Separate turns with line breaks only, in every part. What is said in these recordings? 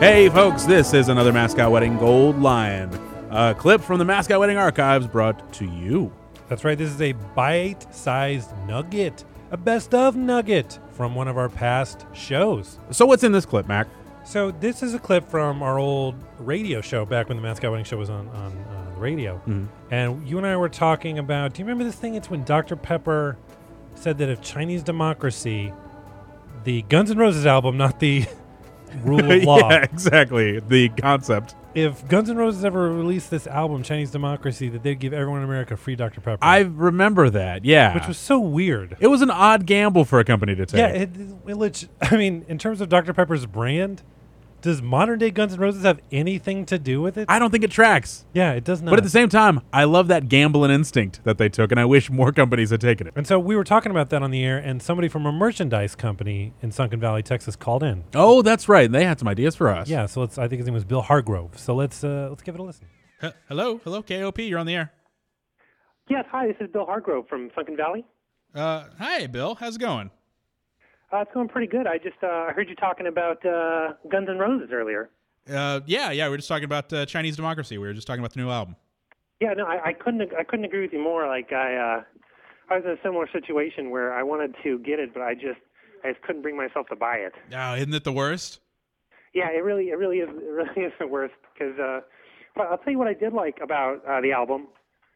Hey, folks, this is another Mascot Wedding Gold Lion. A clip from the Mascot Wedding Archives brought to you.
That's right. This is a bite sized nugget, a best of nugget from one of our past shows.
So, what's in this clip, Mac?
So, this is a clip from our old radio show back when the Mascot Wedding Show was on, on uh, the radio. And you and I were talking about do you remember this thing? It's when Dr. Pepper said that of Chinese democracy, the Guns N' Roses album, not the rule of law.
yeah, exactly. The concept.
If Guns N' Roses ever released this album, Chinese Democracy, that they'd give everyone in America free Dr. Pepper.
I remember that, yeah.
which was so weird.
it was an odd gamble for a company to take.
Yeah, it, it leg- I mean, in terms of Dr. Pepper's brand, does modern day Guns N' Roses have anything to do with it?
I don't think it tracks.
yeah, it does not.
But at the same time, I love that gambling instinct that they took, and I wish more companies had taken it.
and so we were talking about that on the air, and somebody from a merchandise company in Sunken Valley, Texas, called in.
Oh, that's right. They had some ideas for us.
Yeah, so let's. I think his name was Bill Hargrove. So let's uh, let's give it a listen.
H- Hello, hello, KOP. You're on the air.
Yes, hi, this is Bill Hargrove from Sunken Valley.
Uh, hi, Bill. How's it going?
Uh, it's going pretty good. I just uh, heard you talking about uh, Guns N' Roses earlier.
Uh, yeah, yeah. We were just talking about uh, Chinese democracy. We were just talking about the new album.
Yeah, no, I, I couldn't. ag- I couldn't agree with you more. Like I, uh, I was in a similar situation where I wanted to get it, but I just, I just couldn't bring myself to buy it.
Oh, isn't it the worst?
Yeah, it really, it really is, it really is the worst. Because, uh, but I'll tell you what I did like about uh, the album.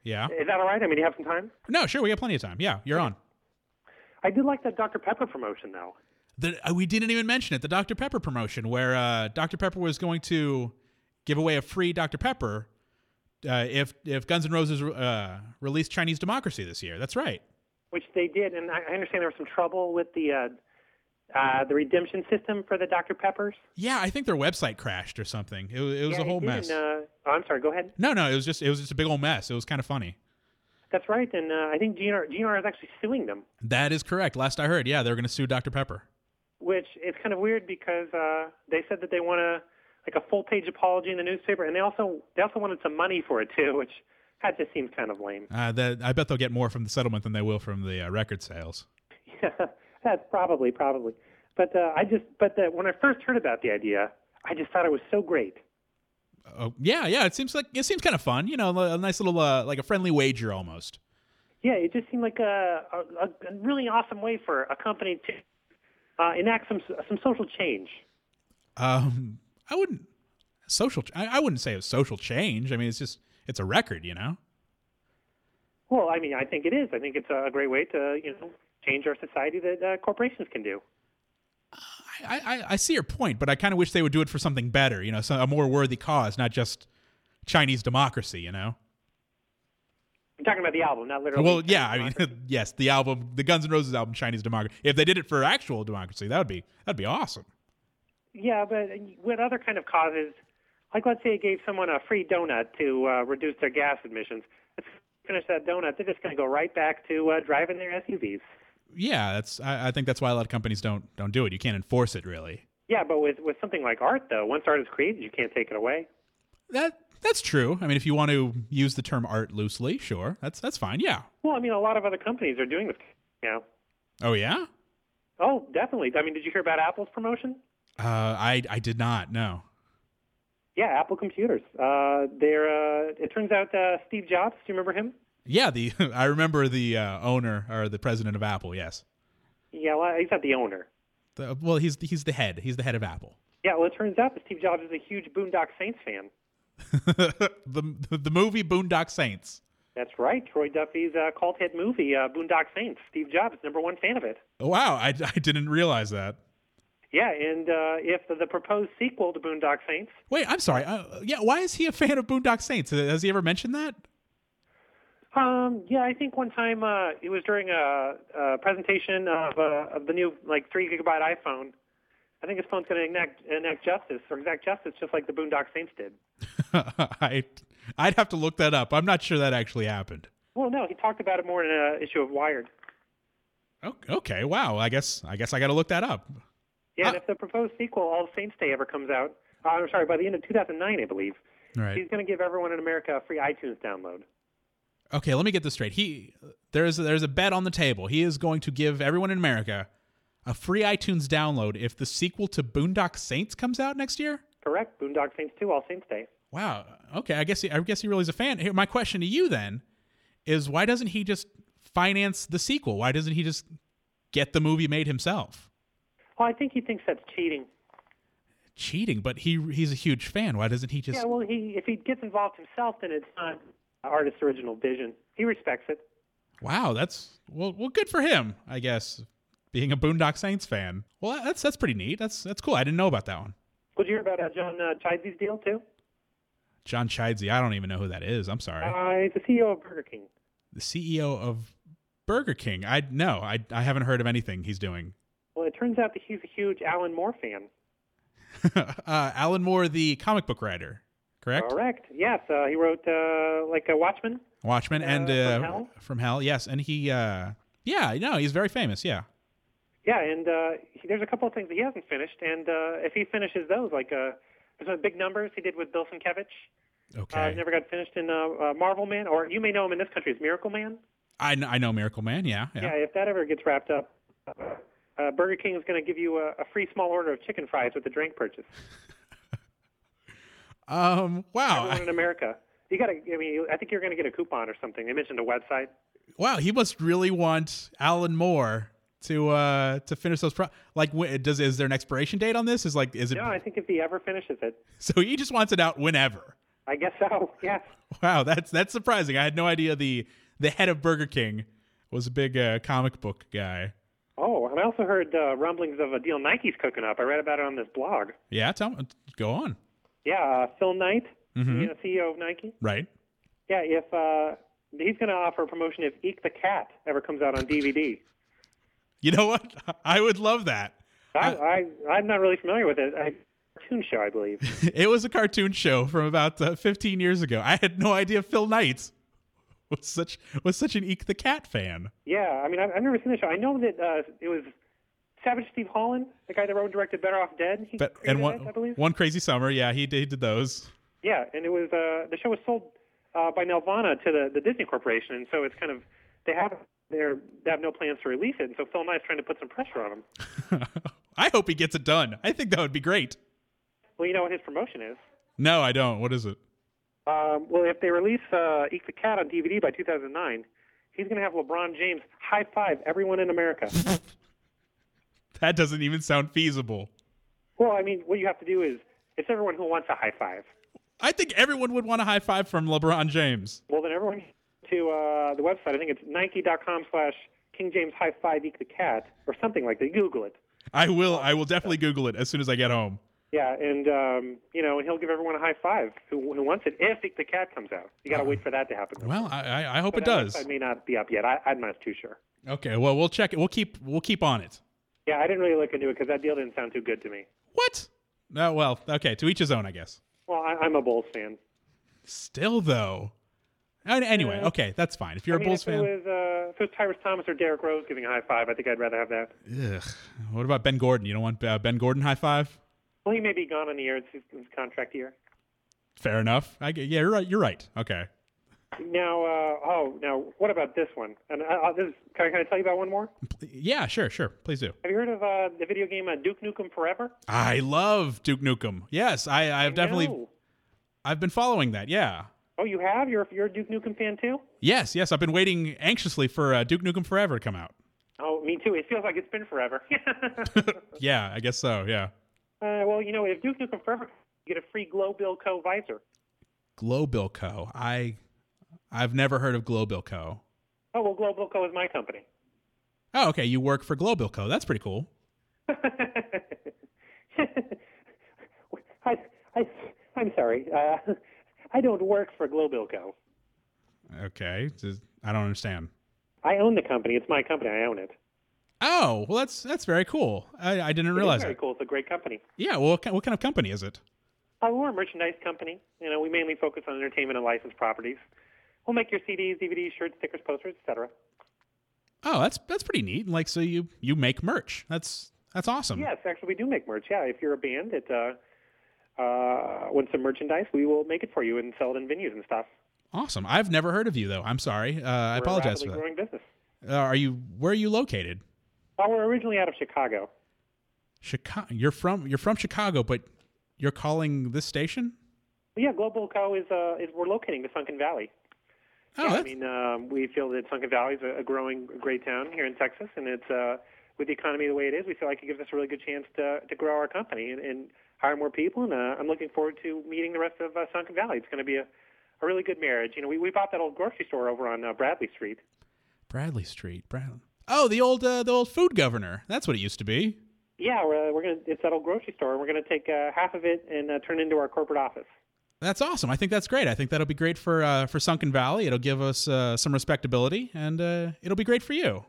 Yeah.
Is that all right? I mean, do you have some time?
No, sure. We got plenty of time. Yeah, you're on.
I did like that Dr Pepper promotion though.
The, uh, we didn't even mention it. The Dr Pepper promotion, where uh, Dr Pepper was going to give away a free Dr Pepper uh, if if Guns N' Roses uh, released Chinese Democracy this year. That's right.
which they did, and I I understand there was some trouble with the uh, uh, the redemption system for the Dr Peppers.
Yeah, I think their website crashed or something. It, was- it was
Yeah,
a whole
it did,
mess.
and, uh, oh, I'm sorry. Go ahead.
no, no, it was just it was just a big old mess. It was kind of funny.
That's right, and uh, I think GNR GNR is actually suing them,
That is correct. Last I heard, yeah, they're going to sue Dr Pepper.
which is kind of weird because uh, they said that they want to like a full page apology in the newspaper, and they also they also wanted some money for it too, which that just seems kind of lame.
Uh, that I bet they'll get more from the settlement than they will from the uh, record sales.
Yeah, that's probably probably. But uh, I just but the, when I first heard about the idea, I just thought it was so great.
Oh, yeah, yeah. It seems like it seems kind of fun. You know, a nice little uh, like a friendly wager almost.
Yeah, it just seemed like a, a, a really awesome way for a company to uh, enact some some social change.
Um, I wouldn't social. ch- I, I wouldn't say it's social change. I mean, it's just it's a record. You know.
Well, I mean, I think it is. I think it's a great way to you know change our society that uh, corporations can do.
I, I, I see your point, but I kind of wish they would do it for something better. You know, so a more worthy cause, not just Chinese democracy. You know.
I'm talking about the album, not literally.
Well, yeah. I mean, yes, the album, the Guns N' Roses album, Chinese Democracy. If they did it for actual democracy, that would be that'd be awesome.
yeah, but what other kind of causes? Like, let's say it gave someone a free donut to uh, reduce their gas emissions. If they finish that donut, they're just going to go right back to uh, driving their SUVs.
Yeah, that's. I, I think that's why a lot of companies don't don't do it. You can't enforce it really.
Yeah, but with with something like art, though, once art is created, you can't take it away.
That that's true. I mean, if you want to use the term art loosely, sure, that's that's fine. Yeah.
Well, I mean, a lot of other companies are doing this now.
Oh yeah.
Oh, definitely. I mean, did you hear about Apple's promotion?
Uh, I I did not know.
Yeah, Apple Computers. Uh, they're, uh, it turns out uh, Steve Jobs, do you remember him?
Yeah, the I remember the uh, owner or the president of Apple. Yes.
Yeah, well, he's not the owner.
The, well, he's he's the head. He's the head of Apple.
Yeah, well, it turns out that Steve Jobs is a huge Boondock Saints fan.
the the movie Boondock Saints.
That's right. Troy Duffy's uh, cult hit movie, uh, Boondock Saints. Steve Jobs, number one fan of it.
Oh, Wow, I, I didn't realize that.
Yeah, and uh, if the, the proposed sequel to Boondock Saints,
Wait, I'm sorry. Uh, yeah, why is he a fan of Boondock Saints? Uh, Has he ever mentioned that?
um, yeah, I think one time uh, it was during a, a presentation of, uh, of the new like three gigabyte iPhone. I think his phone's going to enact, enact justice or exact justice, just like the Boondock Saints did.
I I'd have to look that up. I'm not sure that actually happened.
Well, no, he talked about it more in an issue of Wired.
O- Okay, wow. I guess I guess I got to look that up.
Yeah, and
Ah.
if the proposed sequel, All Saints Day, ever comes out, uh, I'm sorry, by the end of 2009, I believe,
All
he's
right.
going to give everyone in America a free iTunes download.
Okay, let me get this straight. He there's there's a bet on the table. He is going to give everyone in America a free iTunes download if the sequel to Boondock Saints comes out next year.
Correct. Boondock Saints 2, All Saints Day.
Wow. Okay. I guess he, I guess he really is a fan. Here, my question to you then is why doesn't he just finance the sequel? Why doesn't he just get the movie made himself?
Well, I think he thinks that's cheating.
Cheating, but he he's a huge fan. Why doesn't he just?
Yeah, well, he if he gets involved himself, then it's not artist's original vision. He respects it.
Wow, that's well, well, good for him, I guess. Being a Boondock Saints fan, well, that's that's pretty neat. That's that's cool. I didn't know about that one.
Would you hear about uh, John uh, Chidese's deal too?
John Chidsey, I don't even know who that is. I'm sorry.
Uh, he's the CEO of Burger King.
the CEO of Burger King. I no, I I haven't heard of anything he's doing.
Well, it turns out that he's a huge Alan Moore fan.
uh, Alan Moore, the comic book writer, correct?
Correct. Yes, uh, he wrote uh, like uh, Watchmen.
Watchmen and uh,
Uh, From Hell?
from Hell, yes. And he, uh, yeah, no, he's very famous. Yeah.
Yeah, and uh, he, there's a couple of things that he hasn't finished, and uh, if he finishes those, like uh, there's some big numbers he did with Bill Sienkiewicz. Uh,
Okay.
never got finished in uh, uh, Marvel Man, or you may know him in this country as Miracle Man.
I kn- I know Miracle Man. Yeah, yeah.
Yeah, if that ever gets wrapped up, uh, Burger King is going to give you a, a free small order of chicken fries with a drink purchase.
Um. Wow.
Everyone
I-
in America, you got to. I mean, you- I think you're going to get a coupon or something. They mentioned a website.
wow. He must really want Alan Moore to uh to finish those. Pro- like, wh- does is there an expiration date on this? Is like, is it?
No, I think if he ever finishes it,
So he just wants it out whenever.
I guess so. Yeah.
Wow, that's that's surprising. I had no idea the the head of Burger King was a big uh, comic book guy.
Oh, and I also heard uh, rumblings of a deal Nike's cooking up. I read about it on this blog.
Yeah, tell me, go on.
Yeah, uh, Phil Knight,
Mm-hmm.
you know, CEO of Nike.
Right.
Yeah, if uh, he's going to offer a promotion if Eek the Cat ever comes out on DVD.
You know what? I would love that.
I, I I'm not really familiar with it. I cartoon show, I believe.
It was a cartoon show from about uh, 15 years ago. I had no idea Phil Knight was such was such an Eek the Cat fan.
yeah, I mean, I've, I've never seen the show. I know that uh, it was Savage Steve Holland, the guy that wrote and directed Better Off Dead. He
But
created
and
it,
one
I believe.
one crazy summer, yeah, he did, he did those.
Yeah, and it was uh, the show was sold uh, by Nelvana to the, the Disney Corporation, and so it's kind of they have they're, they have no plans to release it, and so Phil Knight's trying to put some pressure on them.
I hope he gets it done. I think that would be great.
Well, you know what his promotion is.
No, I don't. What is it?
Um, well, if they release uh, Eek the Cat on DVD by 2009, he's going to have LeBron James high five everyone in America.
That doesn't even sound feasible.
well, I mean, what you have to do is it's everyone who wants a high five.
I think everyone would want a high five from LeBron James.
Well, then everyone to uh, the website. I think it's Nike.com slash King James high five Eek the Cat or something like that. Google it.
I will. I will definitely Google it as soon as I get home.
Yeah, and um, you know, and he'll give everyone a high five who, who wants it if Eek the Cat comes out. You got to wait for that to happen. though.
Well, I, I, I hope it
That
does.
website may not be up yet. I, I'm not too sure.
Okay. Well, we'll check it. We'll keep. We'll keep on it.
Yeah, I didn't really look into it because that deal didn't sound too good to me.
What? No. well. Okay. To each his own, I guess.
Well, I, I'm a Bulls fan.
Still though. An- Anyway. Okay. That's fine. If you're a
I mean,
Bulls
if it
fan.
was uh, if it was Tyrus Thomas or Derrick Rose giving a high five, I think I'd rather have that.
Ugh. What about Ben Gordon? You don't want uh, Ben Gordon high five?
Well, he may be gone in the year. It's his, his contract year.
Fair enough. I, g- yeah. You're right. You're right. Okay.
Now, uh, oh, now what about this one? And I, I, this is, can, I, can I tell you about one more?
Yeah. Sure. Sure. Please do.
Have you heard of uh, the video game uh, Duke Nukem Forever?
I love Duke Nukem. Yes. I. I've definitely.
No.
I've been following that. Yeah.
Oh, you have? You're you're a Duke Nukem fan too?
Yes, yes, I've been waiting anxiously for uh, Duke Nukem Forever to come out.
Oh, me too. It feels like it's been forever. uh,
Yeah, I guess so. Yeah,
well, you know, if Duke Nukem Forever, you get a free Glow Bill Co visor.
Global Co. I, I've never heard of Global Co.
Oh well, Glow Bill Co is my company.
Oh, okay, you work for Global Co. That's pretty cool.
I, I, I'm sorry. Uh, I don't work for Globilco.
Okay, just- I don't understand.
I own the company. It's my company. I own it.
Oh, well, that's that's very cool. I, I didn't realize
it's very
that.
cool. It's a great company.
Yeah, well, what kind, what kind of company is it?
Uh, we're a merchandise company. You know, we mainly focus on entertainment and licensed properties. We'll make your CDs, DVDs, shirts, stickers, posters, etc.
Oh, that's that's pretty neat. Like, so you you make merch. That's that's awesome.
Yes, actually, we do make merch. Yeah, if you're a band that uh, uh, wants some merchandise, we will make it for you and sell it in venues and stuff. Awesome.
I've never heard of you though. I'm sorry. Uh, I
We're a
apologize for
rapidly
that.
growing business.
Uh, are you where are you located?
Uh, we're originally out of Chicago.
Chicago. You're from you're from Chicago, but You're calling this station?
But yeah, Global Co is uh, is we're locating the Sunken Valley.
Oh,
Yeah, I
that's-
mean, um, we feel that Sunken Valley is a, a growing, great town here in Texas, and it's uh, with the economy the way it is, we feel like it gives us a really good chance to to grow our company and, and hire more people. And uh, I'm looking forward to meeting the rest of uh, Sunken Valley. It's going to be a, a really good marriage. You know, we, we bought that old grocery store over on uh, Bradley Street.
Bradley Street. Bradley. Oh, the old uh, the old food governor. That's what it used to be.
Yeah, we're, uh, we're gonna it's that old grocery store. and We're gonna take uh, half of it and uh, turn it into our corporate office.
That's awesome. I think that's great. I think that'll be great for uh, for Sunken Valley. It'll give us uh, some respectability, and uh, it'll be great for you.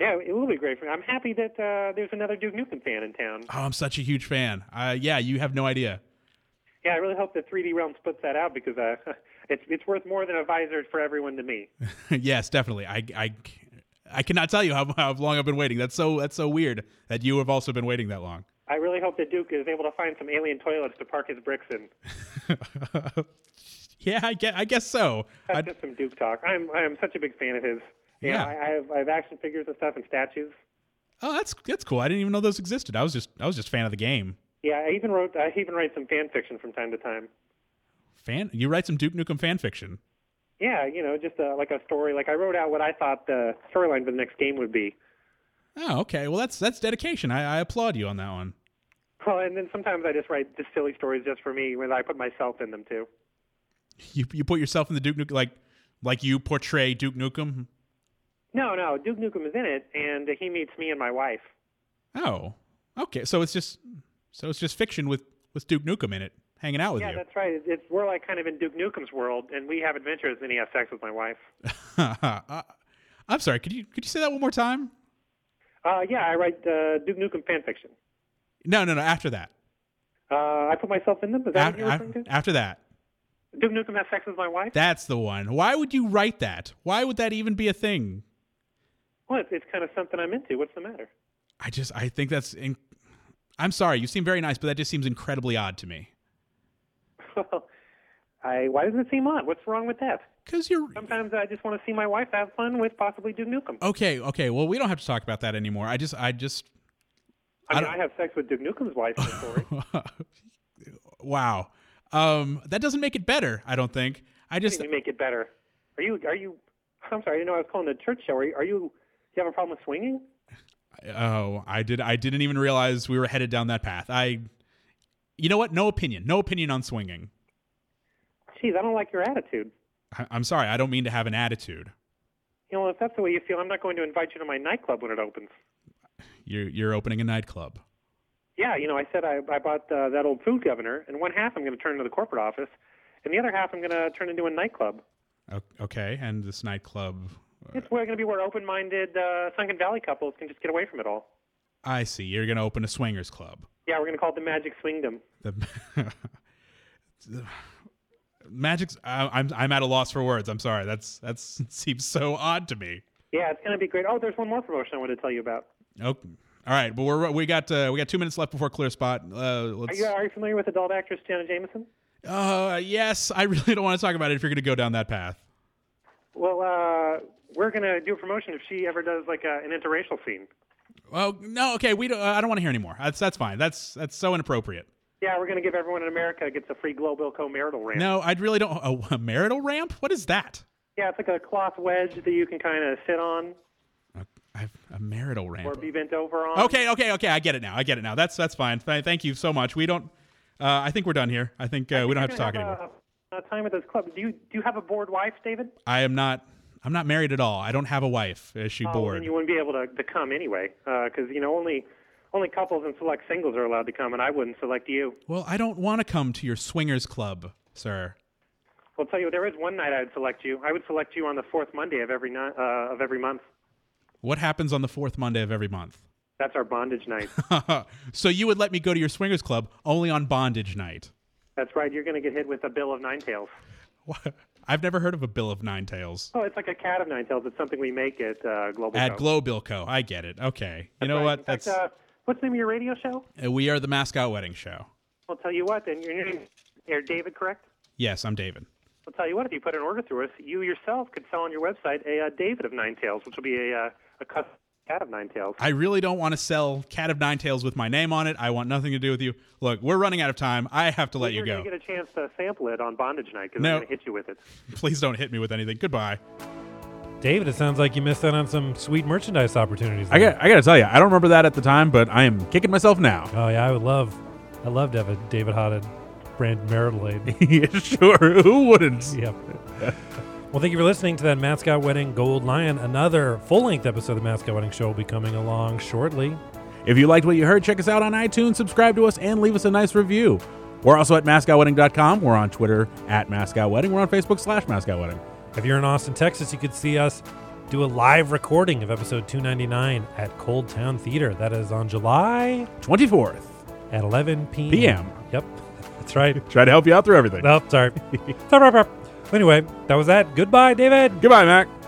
Yeah, it will be great. For, I'm happy that uh, there's another Duke Nukem fan in town.
Oh, I'm such a huge fan. Uh, yeah, you have no idea.
Yeah, I really hope that 3D Realm splits that out because uh, it's it's worth more than a visor for everyone to me.
yes, definitely. I, I, I cannot tell you how, how long I've been waiting. That's so that's so weird that you have also been waiting that long.
I really hope that Duke is able to find some alien toilets to park his bricks in.
yeah, I guess, I guess so.
That's
I,
just some Duke talk. I'm I'm such a big fan of his. You know,
Yeah.
I, I have I have action figures and stuff and statues.
oh, that's that's cool. I didn't even know those existed. I was just I was just fan of the game.
Yeah, I even wrote I even write some fan fiction from time to time.
Fan, you write some Duke Nukem fan fiction.
Yeah, you know, just uh, like a story. Like I wrote out what I thought the storyline for the next game would be.
Oh, okay. Well, that's that's dedication. I, I applaud you on that one.
Well, and then sometimes I just write just silly stories just for me when I put myself in them too.
You you put yourself in the Duke Nukem like like you portray Duke Nukem.
No, no, Duke Nukem is in it, and he meets me and my wife.
Oh, okay. So it's just so it's just fiction with with Duke Nukem in it, hanging out with
Yeah,
you.
that's right. It's, it's we're like kind of in Duke Nukem's world, and we have adventures, and he has sex with my wife.
Uh, I'm sorry. Could you could you say that one more time?
Uh, yeah, I write uh, Duke Nukem fan fiction.
No, no, no. After that.
Uh, I put myself in them. Is that what
Af-
you're
af-
referring to?
after that.
Duke Nukem has sex with my wife.
That's the one. Why would you write that? Why would that even be a thing?
Well, it's, it's kind of something I'm into. What's the matter?
I just I think that's. In- I'm sorry. You seem very nice, but that just seems incredibly odd to me.
Well, I why does it seem odd? What's wrong with that?
Cause you're
Sometimes I just want to see my wife have fun with possibly Duke Nukem.
okay. Okay. Well, we don't have to talk about that anymore. I just I just
I mean,
don't-
I, have sex with Duke Nukem's wife in the story.
wow. Um, that doesn't make it better. I don't think. I just
you make it better. Are you? Are you? I'm sorry. I didn't know I was calling the church show. Are you? Are you do you have a problem with swinging?
oh I did I didn't even realize we were headed down that path. I, you know what? No opinion. No opinion on swinging.
Geez, I don't like your attitude.
I, I'm sorry. I don't mean to have an attitude.
You know, if that's the way you feel, I'm not going to invite you to my nightclub when it opens.
You're you're opening a nightclub.
Yeah, you know, I said I, I bought uh, that old food governor, and one half I'm going to turn into the corporate office, and the other half I'm going to turn into a nightclub.
O- Okay, and this nightclub.
It's going to be where open-minded uh, Sunken Valley couples can just get away from it all.
I see. You're gonna open a swingers club.
Yeah, we're going to call it the Magic Swingdom.
The magic's. I, I'm I'm at a loss for words. I'm sorry. That's that's seems so odd to me.
Yeah, it's going to be great. Oh, there's one more promotion I wanted to tell you about.
Okay. All right. Well, we're we got uh, we got two minutes left before clear spot. Uh,
Are
let's.
you, are you familiar with adult actress Jenna Jameson?
Uh, yes. I really don't want to talk about it if you're gonna go down that path.
Well, uh, we're going to do a promotion if she ever does like a, an interracial scene.
Well, no. Okay. We don't. uh, I don't want to hear anymore. That's that's fine. That's that's so inappropriate.
Yeah, we're going to give everyone in America gets a free global co-marital ramp.
No, I really don't. A, a marital ramp? What is that?
Yeah, it's like a cloth wedge that you can kind of sit on
A, I've- a marital ramp.
or be bent over on.
Okay, okay, okay. I get it now. I get it now. That's that's fine. Th- thank you so much. We don't. Uh, I think we're done here. I think uh, we don't have to talk anymore.
A, a time at this club. Do you do you have a bored wife, David?
I am not. I'm not married at all. I don't have a wife. Is she
Oh, then
bored?
you wouldn't be able to, to come anyway, because you know only only couples and select singles are allowed to come, and I wouldn't select you.
Well, I don't want to come to your swingers club, sir.
I'll tell you, there is one night I'd select you. I would select you on the fourth Monday of every ni- uh, of every month.
What happens on the fourth Monday of every month?
That's our bondage night.
so you would let me go to your swingers club only on bondage night?
That's right. You're going to get hit with a bill of nine tails.
What? I've never heard of a bill of nine tails.
Oh, it's like a cat of nine tails. It's something we make at uh, Global.
At
Co.
Glow Bilco, I get it. Okay, you know
Right.
what?
In fact,
That's
uh, what's the name of your radio show?
uh, we are the mascot wedding show.
I'll tell you what. Then your name, Air David, correct?
Yes, I'm David.
I'll tell you what, if you put an order through us, you yourself could sell on your website a uh, David of Nine Tails, which will be a, uh, a custom Cat of Nine Tails.
I really don't want to sell Cat of Nine Tails with my name on it. I want nothing to do with you. Look, we're running out of time. I have to let you
You're
go.
gonna get a chance to sample it on Bondage Night because
No.
I'm gonna hit you with it.
Please don't hit me with anything. Goodbye.
David, it sounds like you missed out on some sweet merchandise opportunities.
I
there.
got, I got to tell you, I don't remember that at the time, but I am kicking myself now.
Oh yeah, I would love, I love to have a David Hodded brand Marilade.
Yeah, sure, who wouldn't?
yep. Well, thank you for listening to that Mascot Wedding Gold Lion. Another full length episode of the Mascot Wedding Show will be coming along shortly.
If you liked what you heard, check us out on iTunes, subscribe to us, and leave us a nice review. We're also at mascotwedding.com. We're on Twitter at mascotwedding. We're on Facebook slash mascotwedding.
If you're in Austin, Texas, you could see us do a live recording of episode 299 at Cold Town Theater. That is on July
24th.
at 11 p.m.
PM.
Yep, that's right. Oh,
Try to help you out through everything.
no, sorry. Sorry, sorry, sorry. Anyway, that was that. Goodbye, David.
Goodbye, Mac.